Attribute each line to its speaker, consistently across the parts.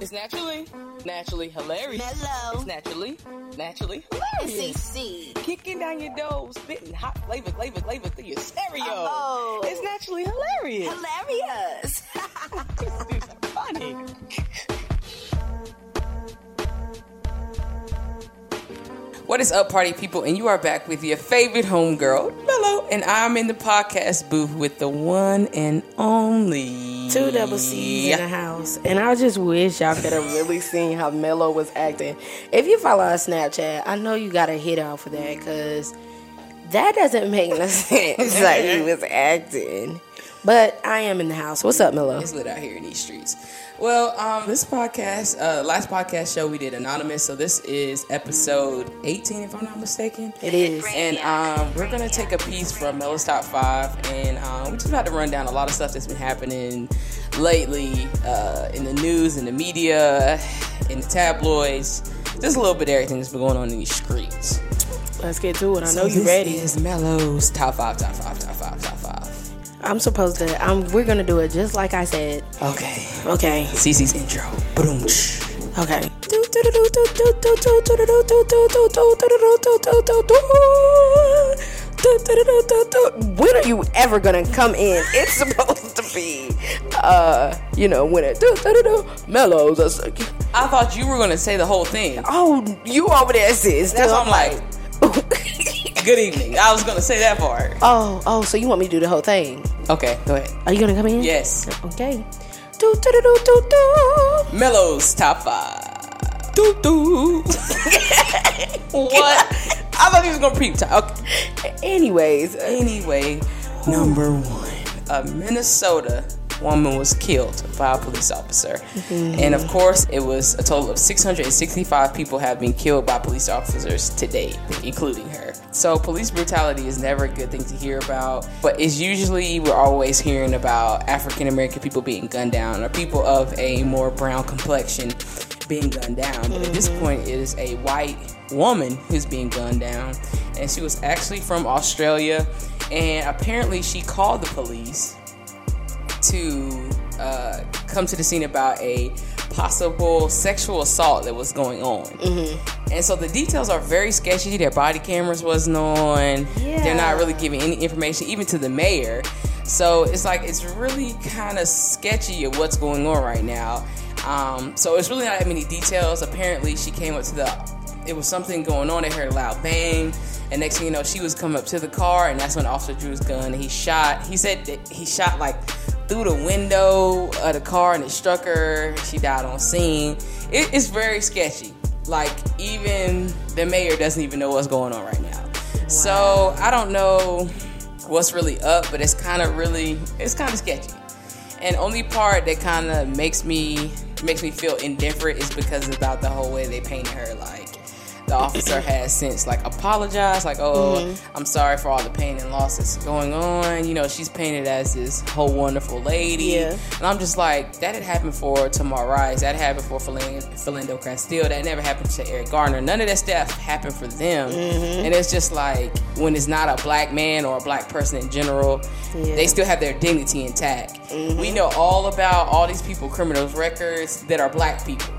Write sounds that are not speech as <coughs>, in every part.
Speaker 1: It's naturally, naturally hilarious.
Speaker 2: Hello.
Speaker 1: It's naturally, naturally hilarious.
Speaker 2: SEC.
Speaker 1: Kicking down your door, spitting hot flavor, flavor, flavor through your stereo.
Speaker 2: Oh.
Speaker 1: It's naturally hilarious.
Speaker 2: Hilarious.
Speaker 1: funny. What is up, party people? And you are back with your favorite homegirl, Mello, and I'm in the podcast booth with the one and only
Speaker 3: Two double C's in the house. And I just wish y'all could have really seen how Mello was acting. If you follow her Snapchat, I know you got a hit out for that because that doesn't make no <laughs> sense. like he was acting. But I am in the house. What's up, Mello?
Speaker 1: It's lit out here in these streets. Well, um, this podcast, uh, last podcast show we did anonymous, so this is episode 18, if I'm not mistaken.
Speaker 3: It is.
Speaker 1: And um, we're gonna take a piece from Mello's Top Five, and um, we're just about to run down a lot of stuff that's been happening lately uh, in the news, in the media, in the tabloids. Just a little bit of everything that's been going on in these streets.
Speaker 3: Let's get to it. I know
Speaker 1: this
Speaker 3: you ready.
Speaker 1: Is Mello's Top Five, Top Five, Top Five, Top Five.
Speaker 3: I'm supposed to. I'm, we're going to do it just like I said.
Speaker 1: Okay,
Speaker 3: Okay.
Speaker 1: Cece's intro. Boom.
Speaker 3: Okay. When are you ever gonna come in? It's <laughs> supposed to be, uh, you know, when it mellows. us.
Speaker 1: I thought you were gonna say the whole thing.
Speaker 3: Oh, you over there, sis?
Speaker 1: That's what I'm like.
Speaker 3: like.
Speaker 1: Good evening. I was gonna say that part.
Speaker 3: <laughs> oh, oh, so you want me to do the whole thing?
Speaker 1: Okay, go ahead.
Speaker 3: Are you gonna come in?
Speaker 1: Yes,
Speaker 3: <laughs> Okay. Do do do do do do.
Speaker 1: Mello's Top Five. Doo doo. <laughs> What? I thought he was gonna peep talk. Okay.
Speaker 3: Anyways,
Speaker 1: Anyway, number one, a Minnesota woman was killed by a police officer, and of course, it was a total of 665 people have been killed by police officers to date, including her. So, police brutality is never a good thing to hear about, but it's usually we're always hearing about African American people being gunned down or people of a more brown complexion being gunned down. But at this point, it is a white woman who's being gunned down. And she was actually from Australia. And apparently, she called the police to uh, come to the scene about a possible sexual assault that was going on. And so the details are very sketchy. Their body cameras wasn't on. They're not really giving any information, even to the mayor. So it's like it's really kind of sketchy of what's going on right now. Um, so it's really not that many details. Apparently, she came up to the. It was something going on. They heard a loud bang, and next thing you know, she was coming up to the car, and that's when Officer Drew's gun. And he shot. He said that he shot like through the window of the car, and it struck her. She died on scene. It, it's very sketchy. Like even the mayor doesn't even know what's going on right now. So I don't know what's really up, but it's kind of really it's kind of sketchy. And only part that kind of makes me makes me feel indifferent is because about the whole way they painted her. Like the officer has since like apologized, like oh I'm sorry for all the pain and loss that's going on. You know she's painted as this whole wonderful lady,
Speaker 3: Yeah.
Speaker 1: and I'm just like that had happened for Tamar Rice, that happened for Philando, Philando Castile, that never happened to Eric Garner. None of that stuff happened for them, and it's just like when it's not a black man or a black person in general,
Speaker 3: Yeah.
Speaker 1: they still have their dignity intact. We know all about all these people, criminals' records that are black people.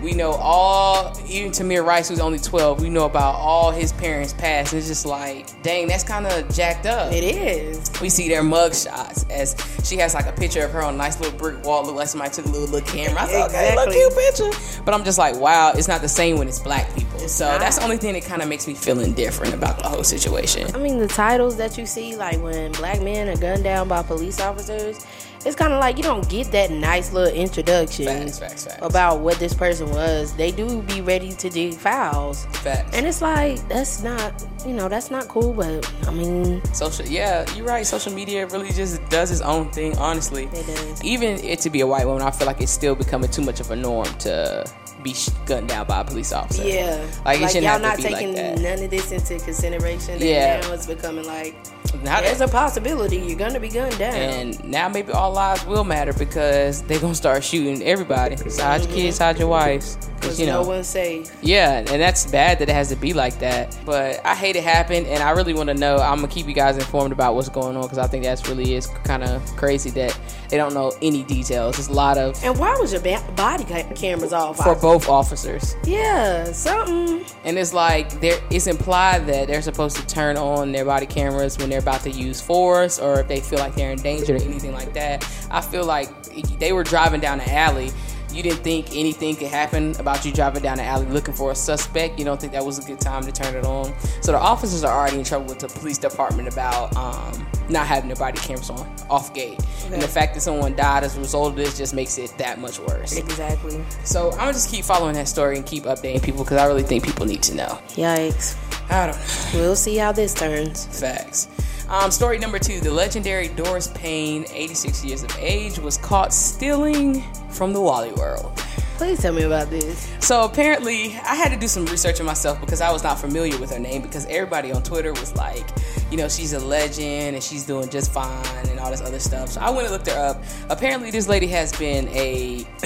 Speaker 1: We know all, even Tamir Rice, who's only 12, we know about all his parents' past. And it's just like, dang, that's kind of jacked up.
Speaker 3: it is.
Speaker 1: We see their mug shots as she has like a picture of her on a nice little brick wall. Look like somebody took a little, little camera. I thought,
Speaker 3: Exactly.
Speaker 1: okay, look cute picture. But I'm just like, wow, it's not the same when it's black people. so
Speaker 3: not.
Speaker 1: that's the only thing that kind of makes me feel indifferent about the whole situation.
Speaker 3: I mean, the titles that you see, like when black men are gunned down by police officers, it's kind of like you don't get that nice little introduction
Speaker 1: Facts, facts, facts.
Speaker 3: about what this person was. They do be ready to dig fouls.
Speaker 1: facts.
Speaker 3: And it's like, that's not, you know, that's not cool, but I mean,
Speaker 1: Social, yeah, you're right. Social media really just does its own thing, honestly.
Speaker 3: It does.
Speaker 1: Even it to be a white woman, I feel like it's still becoming too much of a norm to be sh- gunned down by a police officer.
Speaker 3: yeah.
Speaker 1: like it shouldn't
Speaker 3: y'all
Speaker 1: have to
Speaker 3: not
Speaker 1: be
Speaker 3: taking
Speaker 1: like that.
Speaker 3: none of this into consideration. And
Speaker 1: Yeah.
Speaker 3: now it's becoming like,
Speaker 1: Now
Speaker 3: there's
Speaker 1: that-
Speaker 3: a possibility you're going to be gunned down.
Speaker 1: and now maybe all lives will matter because they're gonna start shooting everybody. So hide your kids, hide your wives.
Speaker 3: Cause
Speaker 1: you know,
Speaker 3: no one's safe.
Speaker 1: yeah, and that's bad that it has to be like that. But I hate it happened, and I really want to know. I'm gonna keep you guys informed about what's going on because I think that's really is kind of crazy that they don't know any details. There's a lot of
Speaker 3: And why was your ba- body ca- cameras off?
Speaker 1: for both officers,
Speaker 3: yeah, something.
Speaker 1: and it's like there it's implied that they're supposed to turn on their body cameras when they're about to use force or if they feel like they're in danger or anything like that. I feel like they were driving down the alley. You didn't think anything could happen about you driving down the alley looking for a suspect. You don't think that was a good time to turn it on. So the officers are already in trouble with the police department about um, not having their body cameras on off gate. And the fact that someone died as a result of this just makes it that much worse.
Speaker 3: Exactly.
Speaker 1: So I'm gonna just keep following that story and keep updating people because I really think people need to know.
Speaker 3: Yikes.
Speaker 1: I don't know.
Speaker 3: We'll see how this turns.
Speaker 1: Facts. Um, story number two the legendary Doris Payne, 86 years of age, was caught stealing from the Wally World.
Speaker 3: Please tell me about this.
Speaker 1: So apparently, I had to do some research on myself because I was not familiar with her name because everybody on Twitter was like, you know, she's a legend and she's doing just fine and all this other stuff. So I went and looked her up. Apparently, this lady has been a, <coughs>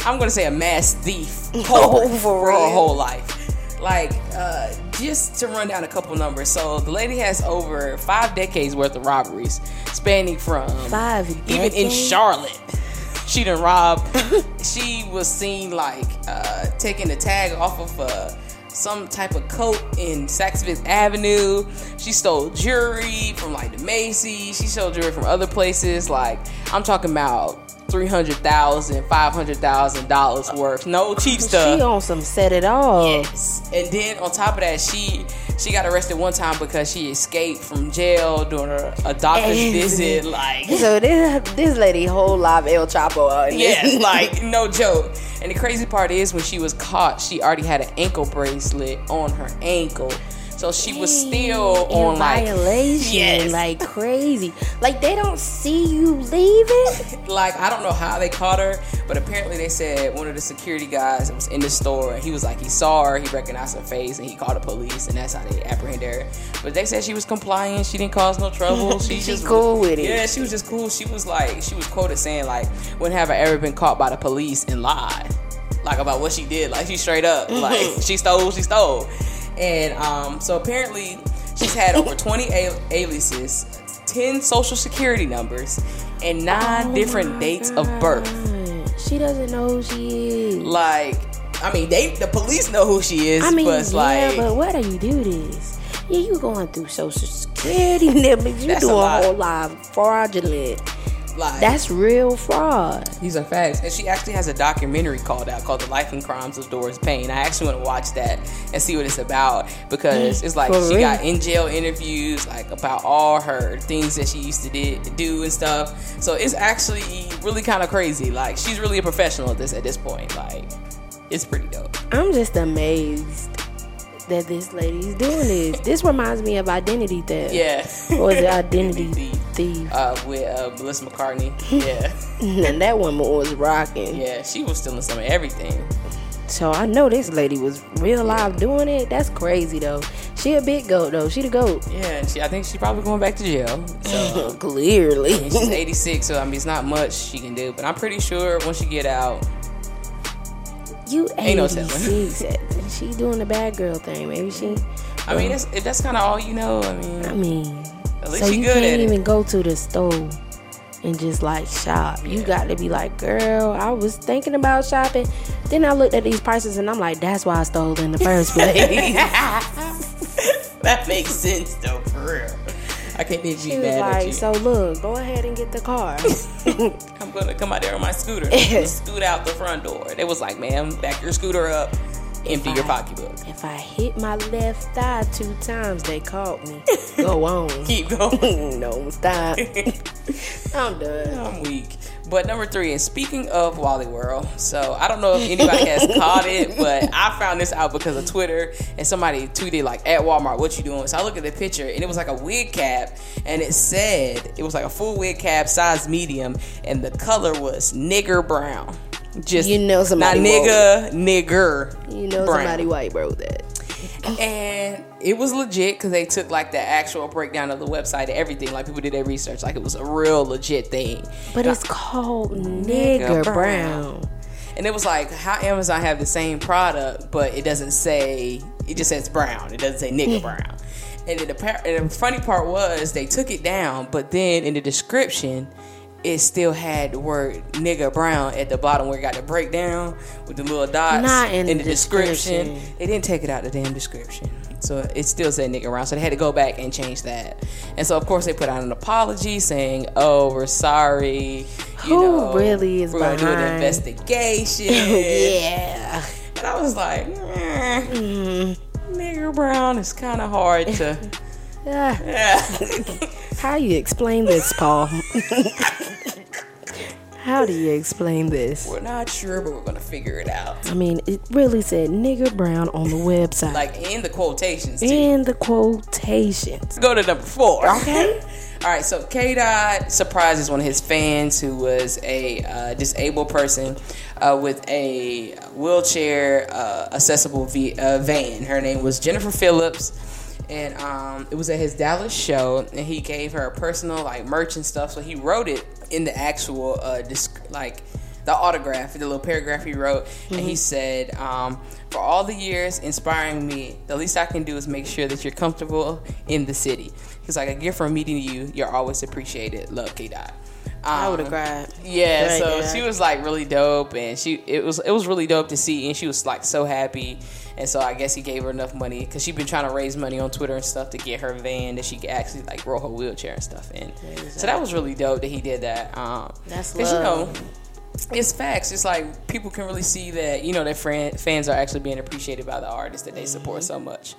Speaker 1: I'm going to say a mass
Speaker 3: <laughs>
Speaker 1: thief culprit
Speaker 3: Oh, for
Speaker 1: for her
Speaker 3: real?
Speaker 1: whole life. Like, uh, just to run down a couple numbers. So the lady has over five decades worth of robberies, spanning from
Speaker 3: Five
Speaker 1: even in
Speaker 3: decades?
Speaker 1: Charlotte. She done robbed. she was seen like uh, taking the tag off of uh, some type of coat in Saks Fifth Avenue. She stole jewelry from like the Macy's. She stole jewelry from other places. Like I'm talking about. Three hundred thousand, five hundred thousand dollars worth. No cheap stuff.
Speaker 3: She on some set it all.
Speaker 1: Yes. And then on top of that, she she got arrested one time because she escaped from jail during a, a doctor's
Speaker 3: Easy.
Speaker 1: visit. Like
Speaker 3: <laughs> So this this lady whole live El Chapo out here. <laughs>
Speaker 1: Yes, like <laughs> no joke. And the crazy part is when she was caught, she already had an ankle bracelet on her ankle. So she was still
Speaker 3: in
Speaker 1: on like
Speaker 3: violation,
Speaker 1: Yes.
Speaker 3: like crazy. Like they don't see you leaving.
Speaker 1: like I don't know how they caught her, but apparently they said one of the security guys was in the store and he was like he saw her, he recognized her face, and he called the police, and that's how they apprehended her. But they said she was complying, she didn't cause no
Speaker 3: <laughs>
Speaker 1: trouble. She,
Speaker 3: She
Speaker 1: just
Speaker 3: cool with it.
Speaker 1: Yeah, she was just cool. She was like she was quoted saying like, "When have I ever been caught by the police and lied?" Like about what she did. Like she straight up
Speaker 3: <laughs>
Speaker 1: like she stole, she stole, and um, so apparently she's had
Speaker 3: <laughs>
Speaker 1: over twenty a- aliases. 10 social security numbers and
Speaker 3: Oh
Speaker 1: nine different dates of birth.
Speaker 3: Mm, She doesn't know who she is.
Speaker 1: Like, I mean, they the police know who she is,
Speaker 3: I mean,
Speaker 1: but it's
Speaker 3: yeah,
Speaker 1: like,
Speaker 3: but why do you do this? Yeah, you going through social security <laughs> numbers. You
Speaker 1: That's
Speaker 3: do
Speaker 1: a
Speaker 3: a
Speaker 1: lot.
Speaker 3: whole lot of fraudulent.
Speaker 1: like
Speaker 3: That's real fraud.
Speaker 1: these are facts. And she actually has a documentary called out called "The Life and Crimes of Doris Payne." I actually want to watch that and see what it's about because it's like
Speaker 3: For
Speaker 1: she
Speaker 3: real?
Speaker 1: got in jail interviews like about all her things that she used to did, do and stuff. So it's actually really kind of crazy. Like, she's really a professional at this at this point. Like, it's pretty dope.
Speaker 3: I'm just amazed that this lady's doing this. This reminds me of identity theft.
Speaker 1: Yeah.
Speaker 3: Or is it identity
Speaker 1: <laughs> Identity
Speaker 3: thief?
Speaker 1: uh, with uh, Melissa McCartney.
Speaker 3: <laughs>
Speaker 1: Yeah,
Speaker 3: And that woman was rocking.
Speaker 1: yeah, she was stealing some of everything.
Speaker 3: So I know this lady was real live doing it. That's crazy though. She a big goat though. She the goat.
Speaker 1: Yeah, and she, I think she's probably going back to jail. So <laughs>
Speaker 3: <laughs> Clearly.
Speaker 1: she's 86, so I mean, it's not much she can do. But I'm pretty sure once she get out,
Speaker 3: <laughs> You
Speaker 1: Ain't no
Speaker 3: 86. she doing the bad girl thing. Maybe she
Speaker 1: I mean, that's, if that's kind of all you know, I mean,
Speaker 3: I mean
Speaker 1: at least
Speaker 3: so
Speaker 1: she
Speaker 3: you
Speaker 1: good at <laughs>
Speaker 3: can't
Speaker 1: it.
Speaker 3: even go to the store and just like shop. You got to be like, girl, I was thinking about shopping. Then I looked at these prices and I'm like, that's why I stole in the
Speaker 1: <laughs>
Speaker 3: first place.
Speaker 1: That makes sense though, for real. I can't even
Speaker 3: she
Speaker 1: be
Speaker 3: was
Speaker 1: mad at
Speaker 3: like,
Speaker 1: you.
Speaker 3: so look, go ahead and get
Speaker 1: <laughs>
Speaker 3: the car.
Speaker 1: I'm gonna come out there on my
Speaker 3: <laughs>
Speaker 1: scooter, I'm gonna scoot out the front door. They was like, ma'am, back your scooter up, empty your
Speaker 3: Uh-huh.
Speaker 1: pocketbook,
Speaker 3: If I hit my left thigh two times, they caught
Speaker 1: <laughs>
Speaker 3: me. Go on.
Speaker 1: keep going.
Speaker 3: <laughs> no, stop. I'm done.
Speaker 1: I'm weak. But number three, and speaking of Wally World, so I don't know if anybody
Speaker 3: <laughs>
Speaker 1: has caught it, but I found this out because of Twitter and somebody tweeted like at Walmart, what you doing? So I look at the picture and it was like a wig cap and it said it was like a full wig cap, size medium, and the color was nigger brown. Just
Speaker 3: You know somebody
Speaker 1: not nigga, nigger.
Speaker 3: You know
Speaker 1: brown.
Speaker 3: somebody white bro that.
Speaker 1: And it was legit because they took like the actual breakdown of the website and everything. Like people did their research, like it was a real legit thing.
Speaker 3: But it's called nigger,
Speaker 1: Nigga
Speaker 3: brown.
Speaker 1: brown. And it was like, how Amazon have the same product, but it doesn't say, it just says brown. It doesn't say nigga brown. And then the, par- and the funny part was they took it down, but then in the description, it still had the word nigga brown at the bottom where it got the breakdown with the little dots
Speaker 3: Not in
Speaker 1: the
Speaker 3: the
Speaker 1: description.
Speaker 3: description.
Speaker 1: They didn't take it out the damn description. So it still said nigga brown. So they had to go back and change that. And so of course they put out an apology saying, Oh, we're sorry. You
Speaker 3: Who
Speaker 1: know,
Speaker 3: really is
Speaker 1: We're gonna do an
Speaker 3: behind-
Speaker 1: investigation.
Speaker 3: <laughs> yeah.
Speaker 1: And I was like, eh, nigga brown is kinda hard to <laughs>
Speaker 3: Yeah. Ah. How you explain this, Paul? How do you explain this?
Speaker 1: We're not sure, but we're gonna figure it out.
Speaker 3: I mean, it really said nigger brown on the website.
Speaker 1: Like in the quotations too.
Speaker 3: and the quotations.
Speaker 1: Let's go to number four.
Speaker 3: Okay.
Speaker 1: <laughs> All right, so K Dot surprises one of his fans who was a uh, disabled person uh, with a wheelchair uh, accessible v- uh, van. Her name was Jennifer Phillips, and um, it was at his Dallas show. And he gave her a personal like merch and stuff. So he wrote it in the actual uh, disc- like the autograph, the little paragraph he wrote, and
Speaker 3: Mm-hmm.
Speaker 1: he said, um, "For all the years inspiring me, the least I can do is make sure that you're comfortable in the city." He's like, "A gift from meeting you, you're always appreciated. Love, K Dot." Um,
Speaker 3: I would have grabbed.
Speaker 1: Yeah,
Speaker 3: Right,
Speaker 1: so
Speaker 3: yeah.
Speaker 1: she was like really dope, and she it was it was really dope to see, and she was like so happy, and so I guess he gave her enough money because she'd been trying to raise money on Twitter and stuff to get her van that she could actually like roll her wheelchair and stuff in. So that was really dope that he did that. Um,
Speaker 3: That's
Speaker 1: 'cause, you know
Speaker 3: love.
Speaker 1: it's facts. It's like people can really see that you know their friend, fans are actually being appreciated by the artists that they support
Speaker 3: Mm-hmm.
Speaker 1: so much.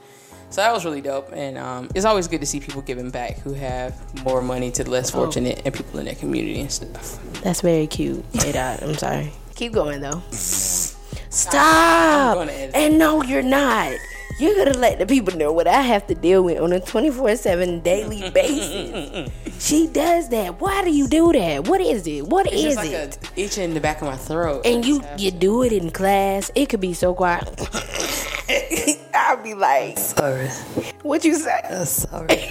Speaker 1: So that was really dope, and um, it's always good to see people giving back who have more money to the less
Speaker 3: Oh.
Speaker 1: fortunate and people in their community and stuff.
Speaker 3: That's very cute. Hey, Dot, I'm sorry. Keep going though. Stop.
Speaker 1: gonna edit.
Speaker 3: And no, you're not. You're gonna let the people know what I have to deal with on a
Speaker 1: <laughs>
Speaker 3: 24/7 daily basis. she does that. Why do you do that? What is it? What
Speaker 1: It's
Speaker 3: is
Speaker 1: just like
Speaker 3: it?
Speaker 1: a itch in the back of my throat.
Speaker 3: and you you do it in class. It could be so quiet. <laughs> I'll be like,
Speaker 2: Sorry, Uh,
Speaker 3: "What you say?"
Speaker 2: sorry.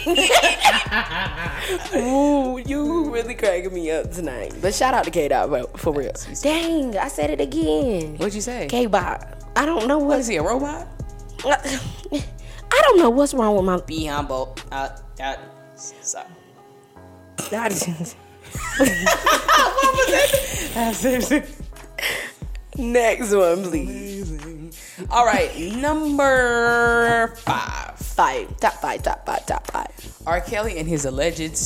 Speaker 3: Ooh, you really cracking me up tonight. But shout out to K Dot for real. Dang, I said it again.
Speaker 1: What'd you say?
Speaker 3: K Bot. I don't know
Speaker 1: What
Speaker 3: what
Speaker 1: is he a robot?
Speaker 3: <laughs> I don't know what's wrong with my
Speaker 1: Be humble. Uh, uh, sorry.
Speaker 3: <laughs> Next one, please.
Speaker 1: <laughs> All right, number five.
Speaker 3: Five. Top five, top five, top five.
Speaker 1: R. Kelly and his alleged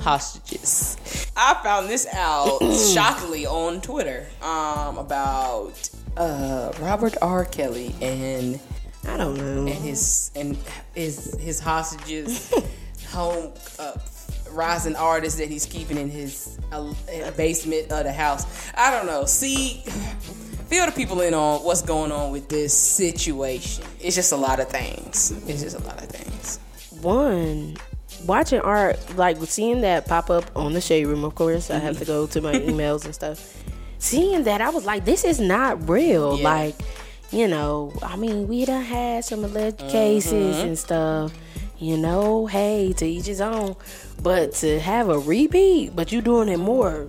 Speaker 1: hostages. I found this <clears throat> out shockingly on Twitter um, about uh, Robert R. Kelly and
Speaker 3: I don't know.
Speaker 1: and his and his his <laughs> hostages, home uh, rising artists that he's keeping in his uh, in the basement of the house. I don't know. See, fill the people in on what's going on with this situation. It's just a lot of things. It's just a lot of things.
Speaker 3: One, watching art, like seeing that pop up on the shade room, of course, I have to go
Speaker 1: <laughs>
Speaker 3: to my emails and stuff. Seeing that, I was like, this is not real.
Speaker 1: Yeah.
Speaker 3: Like, you know, I mean, we done had some alleged cases
Speaker 1: Mm-hmm.
Speaker 3: and stuff. You know, hey, to each his own. But to have a repeat, but you doing it more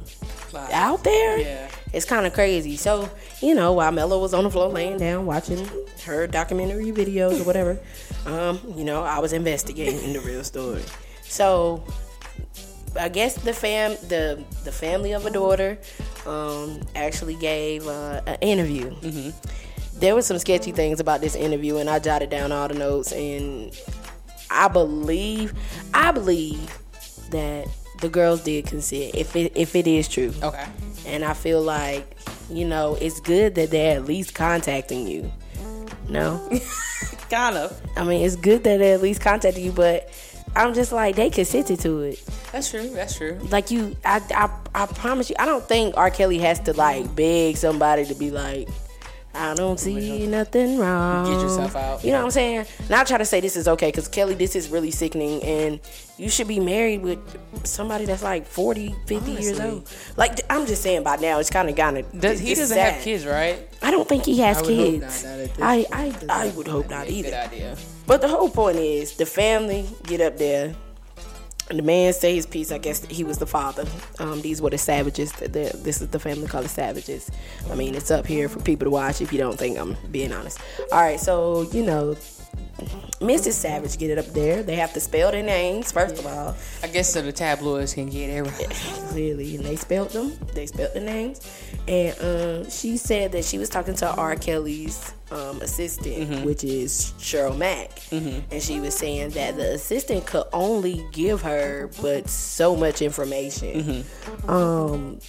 Speaker 1: Like,
Speaker 3: out there.
Speaker 1: Yeah.
Speaker 3: It's kind of crazy. So, you know, while Mello was on the floor laying down watching her documentary videos or whatever, <laughs> um, you know, I was investigating the real story. So, I guess the fam the the family of a daughter um, actually gave uh, an interview. There was some sketchy things about this interview, and I jotted down all the notes. And I believe, I believe that the girls did consent. If it if it is true,
Speaker 1: Okay.
Speaker 3: and I feel like, you know, it's good that they're at least contacting you. No?
Speaker 1: Kind of.
Speaker 3: I mean, it's good that they're at least contacting you, but I'm just like, they consented to it.
Speaker 1: That's true. That's true.
Speaker 3: Like, you, I, I, I promise you, I don't think R. Kelly has to, like, beg somebody to be like, I don't see nothing wrong.
Speaker 1: Get yourself out.
Speaker 3: You know what I'm saying? Not try to say this is okay, because Kelly, this is really sickening, and you should be married with somebody that's like 40, 50 years
Speaker 1: Honestly.
Speaker 3: old. Like, I'm just saying by now, it's kind of gotten
Speaker 1: Does, he doesn't have kids, right?
Speaker 3: I don't think he has
Speaker 1: I would hope
Speaker 3: kids.
Speaker 1: not, not at this
Speaker 3: I, I, I would hope
Speaker 1: That'd
Speaker 3: not
Speaker 1: be a
Speaker 3: either.
Speaker 1: Good idea.
Speaker 3: But the whole point is the family get up there the man said his piece. I guess he was the father. Um, these were the savages. The, the, this is the family called the savages. I mean, it's up here for people to watch if you don't think I'm being honest. All right, so you know, Mrs. Savage get it up there. They have to spell their names first of all.
Speaker 1: I guess so the tabloids can get it <laughs> right.
Speaker 3: Really, and they spelled them. They spelled the names, and um, she said that she was talking to R. Kelly's um, assistant, which is Cheryl Mack, and she was saying that the assistant could only give her but so much information. Um,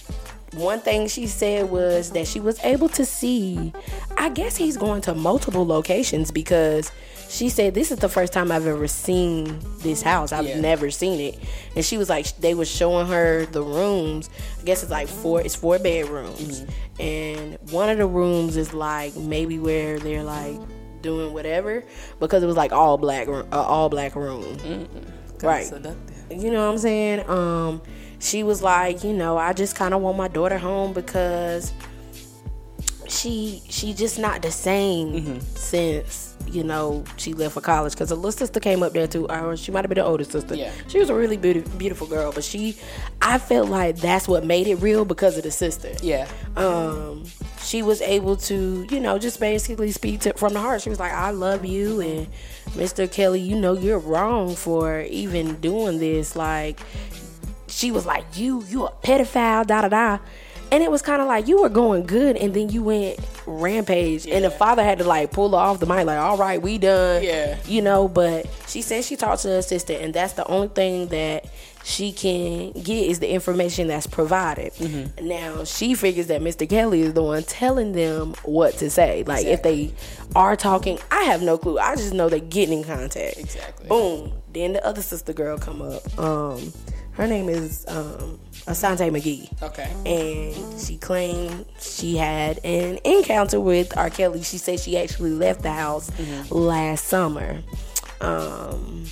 Speaker 3: one thing she said was that she was able to see. I guess he's going to multiple locations because she said this is the first time I've ever seen this house. I've
Speaker 1: Yeah.
Speaker 3: never seen it, and she was like, they were showing her the rooms. I guess it's like four. It's four bedrooms, and one of the rooms is like maybe where they're like doing whatever because it was like all black, ro- uh, all black room, right?
Speaker 1: Seductive.
Speaker 3: you know what I'm saying? Um, she was like, you know, I just kind of want my daughter home because she she just not the same since you know she left for college. Because her little sister came up there too, or she might have been the older sister.
Speaker 1: Yeah.
Speaker 3: she was a really beautiful beautiful girl, but she, I felt like that's what made it real because of the sister
Speaker 1: Yeah.
Speaker 3: um, she was able to, you know, just basically speak to from the heart. She was like, "I love you," and Mr. Kelly, you know, you're wrong for even doing this. Like, she was like, "You, you a pedophile?" Da da da. And it was kind of like you were going good, and then you went rampage, and the father had to like pull her off the mic, like, "All right, we done."
Speaker 1: Yeah.
Speaker 3: you know. But she said she talked to her assistant, and that's the only thing that she can get is the information that's provided.
Speaker 1: Mm-hmm.
Speaker 3: Now she figures that Mr. Kelly is the one telling them what to say. Like if they are talking, I have no clue. I just know they get in contact.
Speaker 1: Exactly.
Speaker 3: Boom. Then the other sister girl come up. Um, her name is um, Asante McGee
Speaker 1: Okay.
Speaker 3: and she claimed she had an encounter with R. Kelly. She said she actually left the house
Speaker 1: Mm-hmm.
Speaker 3: last summer. Um,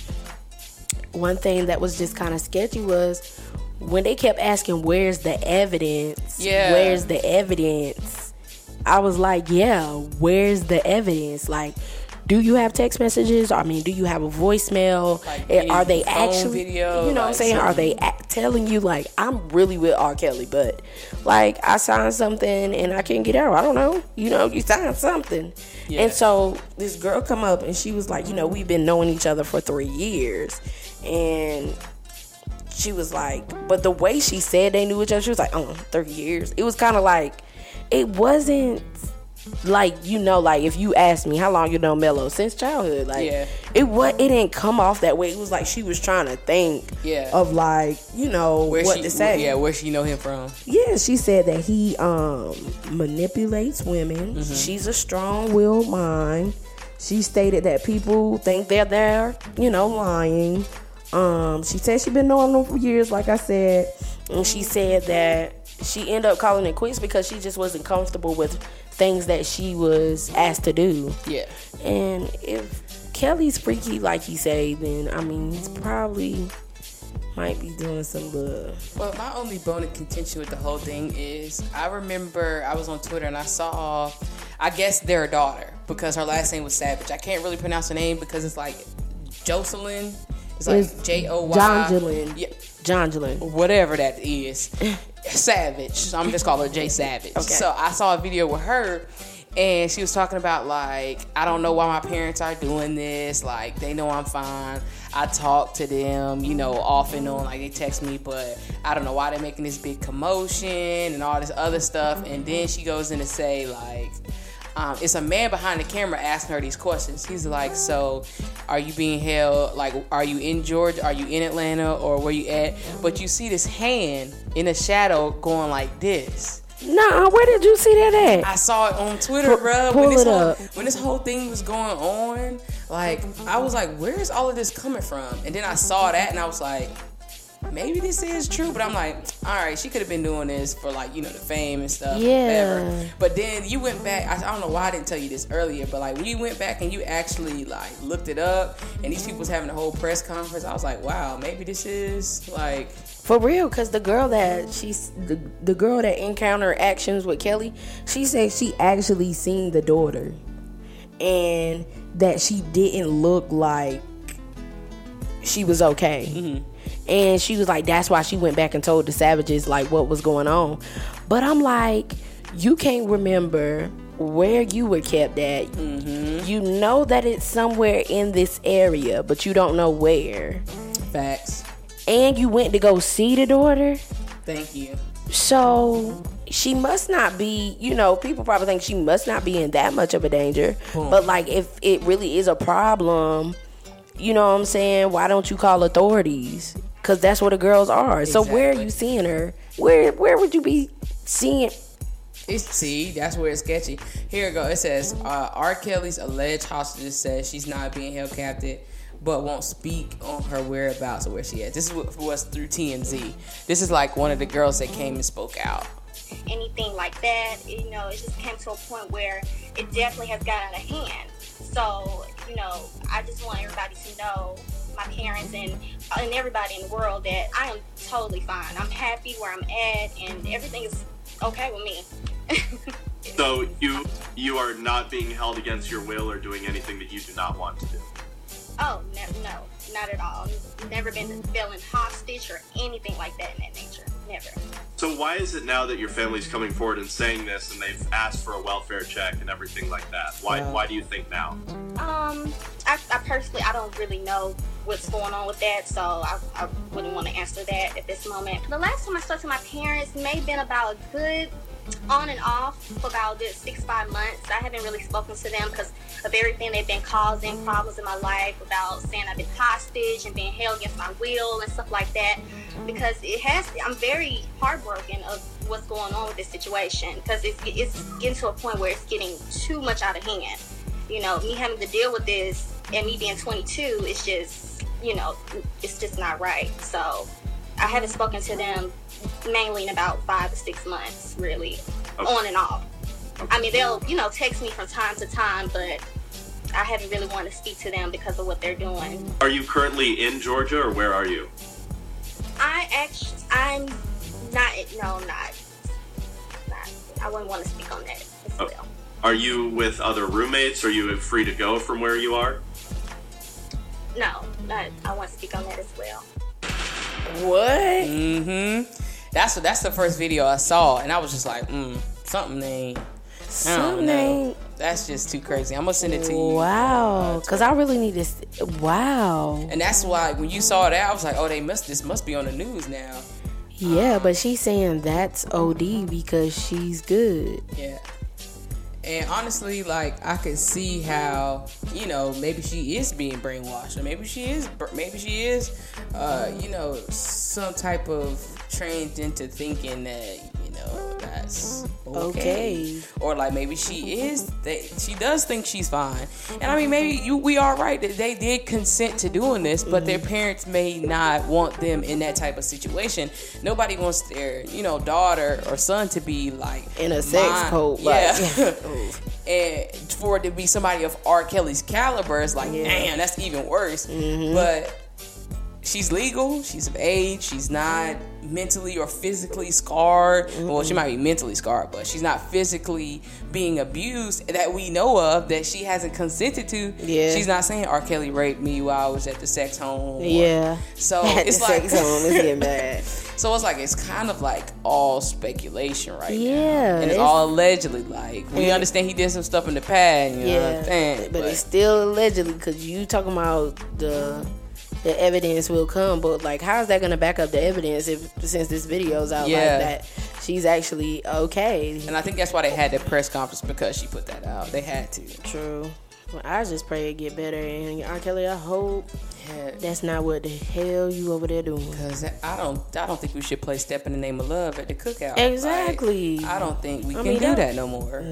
Speaker 3: one thing that was just kind of sketchy was when they kept asking, "Where's the evidence?
Speaker 1: Yeah.
Speaker 3: Where's the evidence?" I was like, "Yeah, where's the evidence? Like." Do you have text messages? I mean, do you have a voicemail?
Speaker 1: Like,
Speaker 3: And are
Speaker 1: any
Speaker 3: they
Speaker 1: phone
Speaker 3: actually,
Speaker 1: video,
Speaker 3: you know what I'm
Speaker 1: like,
Speaker 3: saying? Are they a- telling you like I'm really with R. Kelly, but like I signed something and I can't get out. I don't know. You know, you signed something.
Speaker 1: Yeah.
Speaker 3: And so this girl come up and she was like, you know, we've been knowing each other for three years, and she was like, but the way she said they knew each other, she was like, oh, three years. It was kind of like, it wasn't like you know, like if you asked me how long you know Mello since childhood, like
Speaker 1: Yeah.
Speaker 3: it was it didn't come off that way. It was like she was trying to think
Speaker 1: Yeah.
Speaker 3: of like you know
Speaker 1: Where
Speaker 3: what
Speaker 1: she,
Speaker 3: to say.
Speaker 1: Yeah, where she know him from?
Speaker 3: Yeah, she said that he um manipulates women.
Speaker 1: Mm-hmm.
Speaker 3: She's a strong-willed mind. She stated that people think they're there, you know, lying. Um, she said she's been knowing them for years, like I said, and she said that she ended up calling it quits because she just wasn't comfortable with things that she was asked to do.
Speaker 1: Yeah.
Speaker 3: And if Kelly's freaky, like he say, then I mean, he's probably might be doing some uh, little.
Speaker 1: Well, my only bone of contention with the whole thing is I remember I was on Twitter and I saw, I guess, their daughter because her last name was Savage. I can't really pronounce her name because it's like Jocelyn. It's like
Speaker 3: It's
Speaker 1: J O Y.
Speaker 3: Jonjolin.
Speaker 1: Yeah,
Speaker 3: Jonjolin.
Speaker 1: whatever that is. Savage. So I'm just call her Jay Savage.
Speaker 3: Okay.
Speaker 1: So I saw a video with her and she was talking about like, I don't know why my parents are doing this, like they know I'm fine. I talk to them, you know, off and on, like they text me, but I don't know why they're making this big commotion and all this other stuff. And then she goes in to say, like, um, it's a man behind the camera asking her these questions. He's like, "So, are you being held? Like, are you in Georgia? Are you in Atlanta? Or where you at?" But you see this hand in the shadow going like this.
Speaker 3: Nah, where did you see that at?
Speaker 1: I saw it on Twitter,
Speaker 3: Pu-
Speaker 1: bruh.
Speaker 3: pull
Speaker 1: When this,
Speaker 3: it
Speaker 1: whole,
Speaker 3: up.
Speaker 1: when this whole thing was going on, like, I was like, "Where is all of this coming from?" And then I saw that, and I was like. Maybe this is true, but I'm like, all right, she could have been doing this for like, you know, the fame and stuff.
Speaker 3: Yeah.
Speaker 1: Whatever. But then you went back. I, I don't know why I didn't tell you this earlier, but like when you went back and you actually like looked it up, and these people was having a whole press conference, I was like, wow, maybe this is like,
Speaker 3: For real, cause the girl that she's the, the girl that encountered actions with Kelly, she said she actually seen the daughter, and that she didn't look like she was okay. And she was like, that's why she went back and told the savages like what was going on. But I'm like, you can't remember where you were kept at. You know that it's somewhere in this area, but you don't know where.
Speaker 1: Facts.
Speaker 3: And you went to go see the daughter.
Speaker 1: Thank you.
Speaker 3: So she must not be, you know, people probably think she must not be in that much of a danger. But like if it really is a problem, you know what I'm saying? Why don't you call authorities? Cuz that's where the girls are. So where are
Speaker 1: Exactly.
Speaker 3: you seeing her? Where where would you be seeing
Speaker 1: It's, see, that's where it's sketchy. Here it go. It says uh, R. Kelly's alleged hostages says she's not being held captive, but won't speak on her whereabouts or where she is. This is what was through TMZ. This is like one of the girls that came and spoke out.
Speaker 2: anything like that. You know, it just came to a point where it definitely has gotten out of hand. So, you know, I just want everybody to know, my parents and and everybody in the world, that I am totally fine. I'm happy where I'm at, and everything is okay with me.
Speaker 4: So you you are not being held against your will or doing anything that you do not want to do.
Speaker 2: oh no, no, not at all. Never been feeling hostage or anything like that in that nature. Never.
Speaker 4: So why is it now that your family's coming forward and saying this and they've asked for a welfare check and everything like that? Why why do you think now?
Speaker 2: Um, I, I personally, I don't really know what's going on with that, so I, I wouldn't want to answer that at this moment. The last time I spoke to my parents may have been about a good on and off for about a good six, five months. I haven't really spoken to them because of everything they've been causing problems in my life about saying I've been hostage and being held against my will and stuff like that. Because it has, I'm very heartbroken of what's going on with this situation because it's, it's getting to a point where it's getting too much out of hand you know, me having to deal with this and me being 22, it's just, you know, it's just not right. So I haven't spoken to them mainly in about five to six months, really,
Speaker 4: Okay.
Speaker 2: on and off. I mean, they'll, you know, text me from time to time, but I haven't really wanted to speak to them because of what they're doing.
Speaker 4: Are you currently in Georgia or where are you?
Speaker 2: I actually, I'm not, no, not, not, I wouldn't want to speak on that as
Speaker 4: Okay.
Speaker 2: well.
Speaker 4: Are you with other roommates? Are you free to go from where you are?
Speaker 2: No, not, I want to speak on that as well.
Speaker 3: what?
Speaker 1: Mm-hmm. That's that's the first video I saw, and I was just like, mm, something ain't. I don't
Speaker 3: Something.
Speaker 1: know.
Speaker 3: ain't-
Speaker 1: That's just too crazy. I'm gonna send it to you.
Speaker 3: Wow, cuz I really need this wow.
Speaker 1: And that's why when you saw that, I was like, oh, they must. This must be on the news now.
Speaker 3: Yeah, but she's saying that's OD because she's good.
Speaker 1: Yeah. And honestly, like I could see how you know maybe she is being brainwashed, or maybe she is, maybe she is, uh, you know, some type of trained into thinking that you know that's okay,
Speaker 3: Okay.
Speaker 1: or like maybe she is that she does think she's fine. And I mean, maybe you we are right that they did consent to doing this, but their parents may not want them in that type of situation. Nobody wants their you know daughter or son to be like
Speaker 3: In a sex
Speaker 1: my-
Speaker 3: cult, like-
Speaker 1: <laughs> Yeah. and for it to be somebody of R. Kelly's caliber, it's like, damn, that's even worse.
Speaker 3: Mm-hmm.
Speaker 1: But she's legal, she's of age, she's not mentally or physically scarred. Well,
Speaker 3: Mm-hmm.
Speaker 1: she might be mentally scarred, but she's not physically being abused that we know of that she hasn't consented to.
Speaker 3: Yeah.
Speaker 1: She's not saying R. Kelly raped me while I was at the sex home. or-
Speaker 3: Yeah.
Speaker 1: So
Speaker 3: <laughs> At
Speaker 1: it's
Speaker 3: the
Speaker 1: like
Speaker 3: sex home,
Speaker 1: <laughs>
Speaker 3: it's getting bad.
Speaker 1: So it's like it's kind of like all speculation right now.
Speaker 3: Yeah,
Speaker 1: And it's,
Speaker 3: it's-
Speaker 1: all allegedly like we
Speaker 3: Yeah.
Speaker 1: understand he did some stuff in the past, you know what I'm saying?
Speaker 3: but, it's still allegedly because you talking about the the evidence will come, but like, how is that gonna back up the evidence if since this video's out
Speaker 1: Yeah.
Speaker 3: like that? She's actually okay.
Speaker 1: and I think that's why they had the press conference because she put that out. They had to.
Speaker 3: True. Well, I just pray it get better. And R. Kelly, I hope that's not what the hell you over there doing.
Speaker 1: Cause I don't, I don't think we should play "Step in the Name of Love" at the cookout.
Speaker 3: Exactly.
Speaker 1: Like, I don't think we can
Speaker 3: mean,
Speaker 1: do
Speaker 3: that-
Speaker 1: that no more.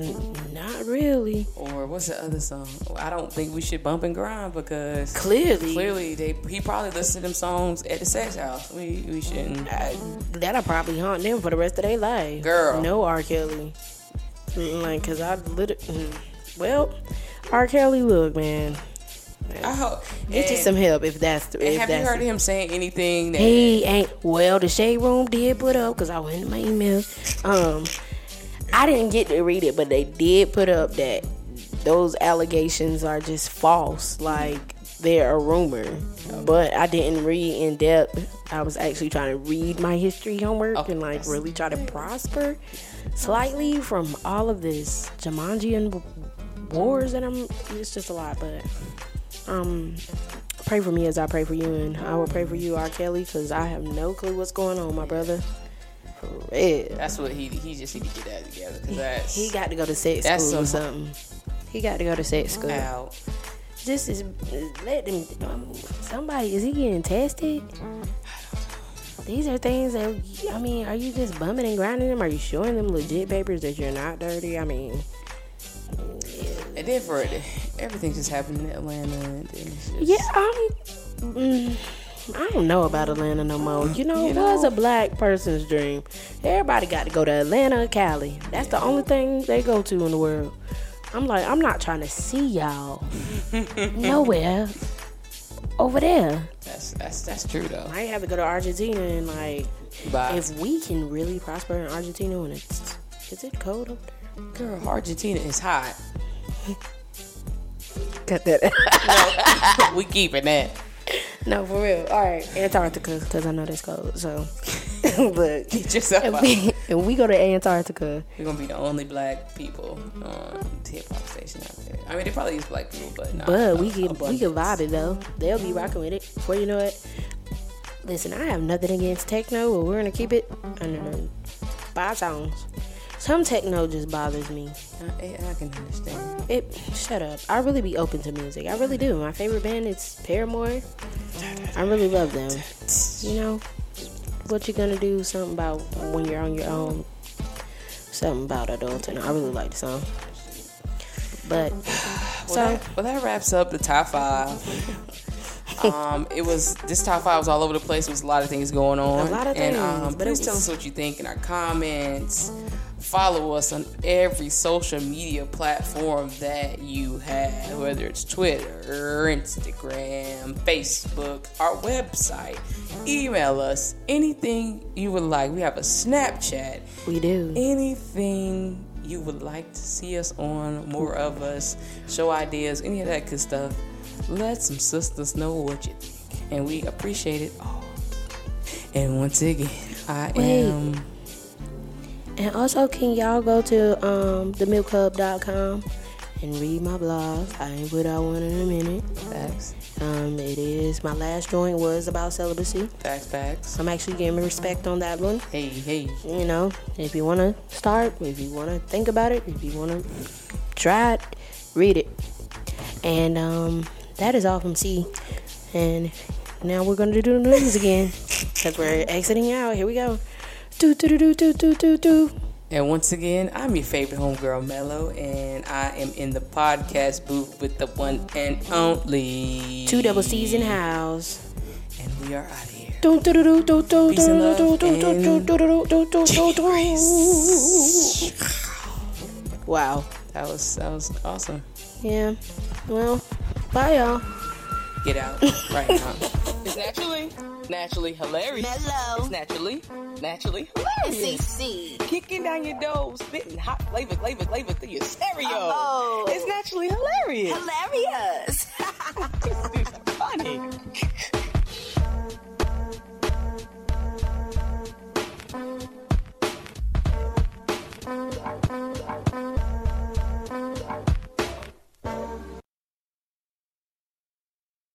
Speaker 3: Not really.
Speaker 1: Or what's the other song? I don't think we should bump and grind because
Speaker 3: Clearly,
Speaker 1: clearly they he probably listened to them songs at the sex house. We we shouldn't.
Speaker 3: that'll probably haunt them for the rest of their life.
Speaker 1: Girl.
Speaker 3: No R. Kelly. Mm, Like, cause I literally, well, R. Kelly, look, man,
Speaker 1: I hope.
Speaker 3: get you
Speaker 1: and-
Speaker 3: some help if that's the.
Speaker 1: And
Speaker 3: If
Speaker 1: have you
Speaker 3: that's
Speaker 1: heard him saying anything? That,
Speaker 3: He ain't well. The shade room did put up because I went in my emails. Um, I didn't get to read it, but they did put up that those allegations are just false. Like there a rumor? But I didn't read in depth. I was actually trying to read my history homework
Speaker 1: Okay,
Speaker 3: and like
Speaker 1: yes.
Speaker 3: really try to prosper slightly from all of this Jumanji and w- wars that I'm. It's just a lot, but um, pray for me as I pray for you, and I will pray for you, R. Kelly, because I have no clue what's going on, my brother. For real,
Speaker 1: That's what he he just need to get that together. 'cause that's
Speaker 3: he got to go to sex
Speaker 1: That's
Speaker 3: school or
Speaker 1: some-
Speaker 3: something. He got to go to sex school.
Speaker 1: out.
Speaker 3: This is let them. um, Somebody is he getting tested? These are things that I mean. Are you just bumming and grinding them? Are you showing them legit papers that you're not dirty? I mean,
Speaker 1: And then for it, everything just happened in Atlanta. And then it's just,
Speaker 3: yeah. Um, mm, I don't know about Atlanta no more. You know, it was a black person's dream. Everybody got to go to Atlanta, Cali. That's the only thing they go to in the world. I'm like, I'm not trying to see y'all <laughs> nowhere over there.
Speaker 1: That's that's that's true though.
Speaker 3: I have to go to Argentina and like
Speaker 1: But
Speaker 3: if we can really prosper in Argentina when it's is it cold up there?
Speaker 1: girl, Argentina is hot.
Speaker 3: Cut that.
Speaker 1: we keeping that. <laughs>
Speaker 3: no, for real. All right, Antarctica because I know that's cold. So, <laughs> but
Speaker 1: Get yourself
Speaker 3: if
Speaker 1: out.
Speaker 3: we, <laughs> if we go to Antarctica,
Speaker 1: We're gonna be the only black people on the hip hop station out there. I mean, there probably is black people, but not
Speaker 3: but we could we could vibe it though. They'll be rocking with it. Before you know it, listen, I have nothing against techno, but we're gonna keep it under the five songs. Some techno just bothers me.
Speaker 1: I, Uh, I can understand.
Speaker 3: It shut up. I really be open to music. I really do. My favorite band is Paramore. I really love them. You know, what you gonna do? Something about when you're on your own. Something about adulting. I really like the song. But so
Speaker 1: Well, that wraps up the top
Speaker 3: <laughs>
Speaker 1: five. um, it was this top five was all over the place. It was a lot of things going on.
Speaker 3: A lot of
Speaker 1: and,
Speaker 3: things,
Speaker 1: Um,
Speaker 3: but it
Speaker 1: please tell
Speaker 3: was-
Speaker 1: us what you think in our comments. Follow us on every social media platform that you have, whether it's Twitter, Instagram, Facebook, our website. Email us anything you would like. We have a Snapchat
Speaker 3: we do.
Speaker 1: anything you would like to see us on, more of us, show ideas, any of that good stuff, let some sisters know what you think. And we appreciate it all. And once again, I
Speaker 3: Wait.
Speaker 1: am
Speaker 3: And also, can y'all go to um, themilkhub.com and read my blogs? I ain't without one in a minute.
Speaker 1: facts,
Speaker 3: Um, it is my last joint was about celibacy.
Speaker 1: facts, facts.
Speaker 3: I'm actually getting respect on that one.
Speaker 1: Hey, hey,
Speaker 3: you know, if you want to start, if you want to think about it, if you want to try it, read it. And um, that is all from C. And now we're going to do the news again <laughs> because we're exiting out. Here we go. Do, do, do, do, do, do, do, do.
Speaker 1: And once again, I'm your favorite homegirl, Mello, and I am in the podcast booth with the one and only
Speaker 3: Two double C's in house.
Speaker 1: And we are out of here.
Speaker 3: Do, do, do, do, do, do,
Speaker 1: Peace and love
Speaker 3: do, do, do, do, do,
Speaker 1: and
Speaker 3: do, do, do, do, do, do. Wow.
Speaker 1: That was that was awesome.
Speaker 3: Yeah. Well, bye, y'all.
Speaker 1: get out right now. <laughs> It's naturally, naturally hilarious.
Speaker 2: Mellow.
Speaker 1: It's naturally, naturally hilarious.
Speaker 2: CC.
Speaker 1: Kicking down your door, spitting hot flavor, flavor, flavor through your stereo.
Speaker 2: Oh.
Speaker 1: It's naturally hilarious. <laughs>
Speaker 2: Hilarious.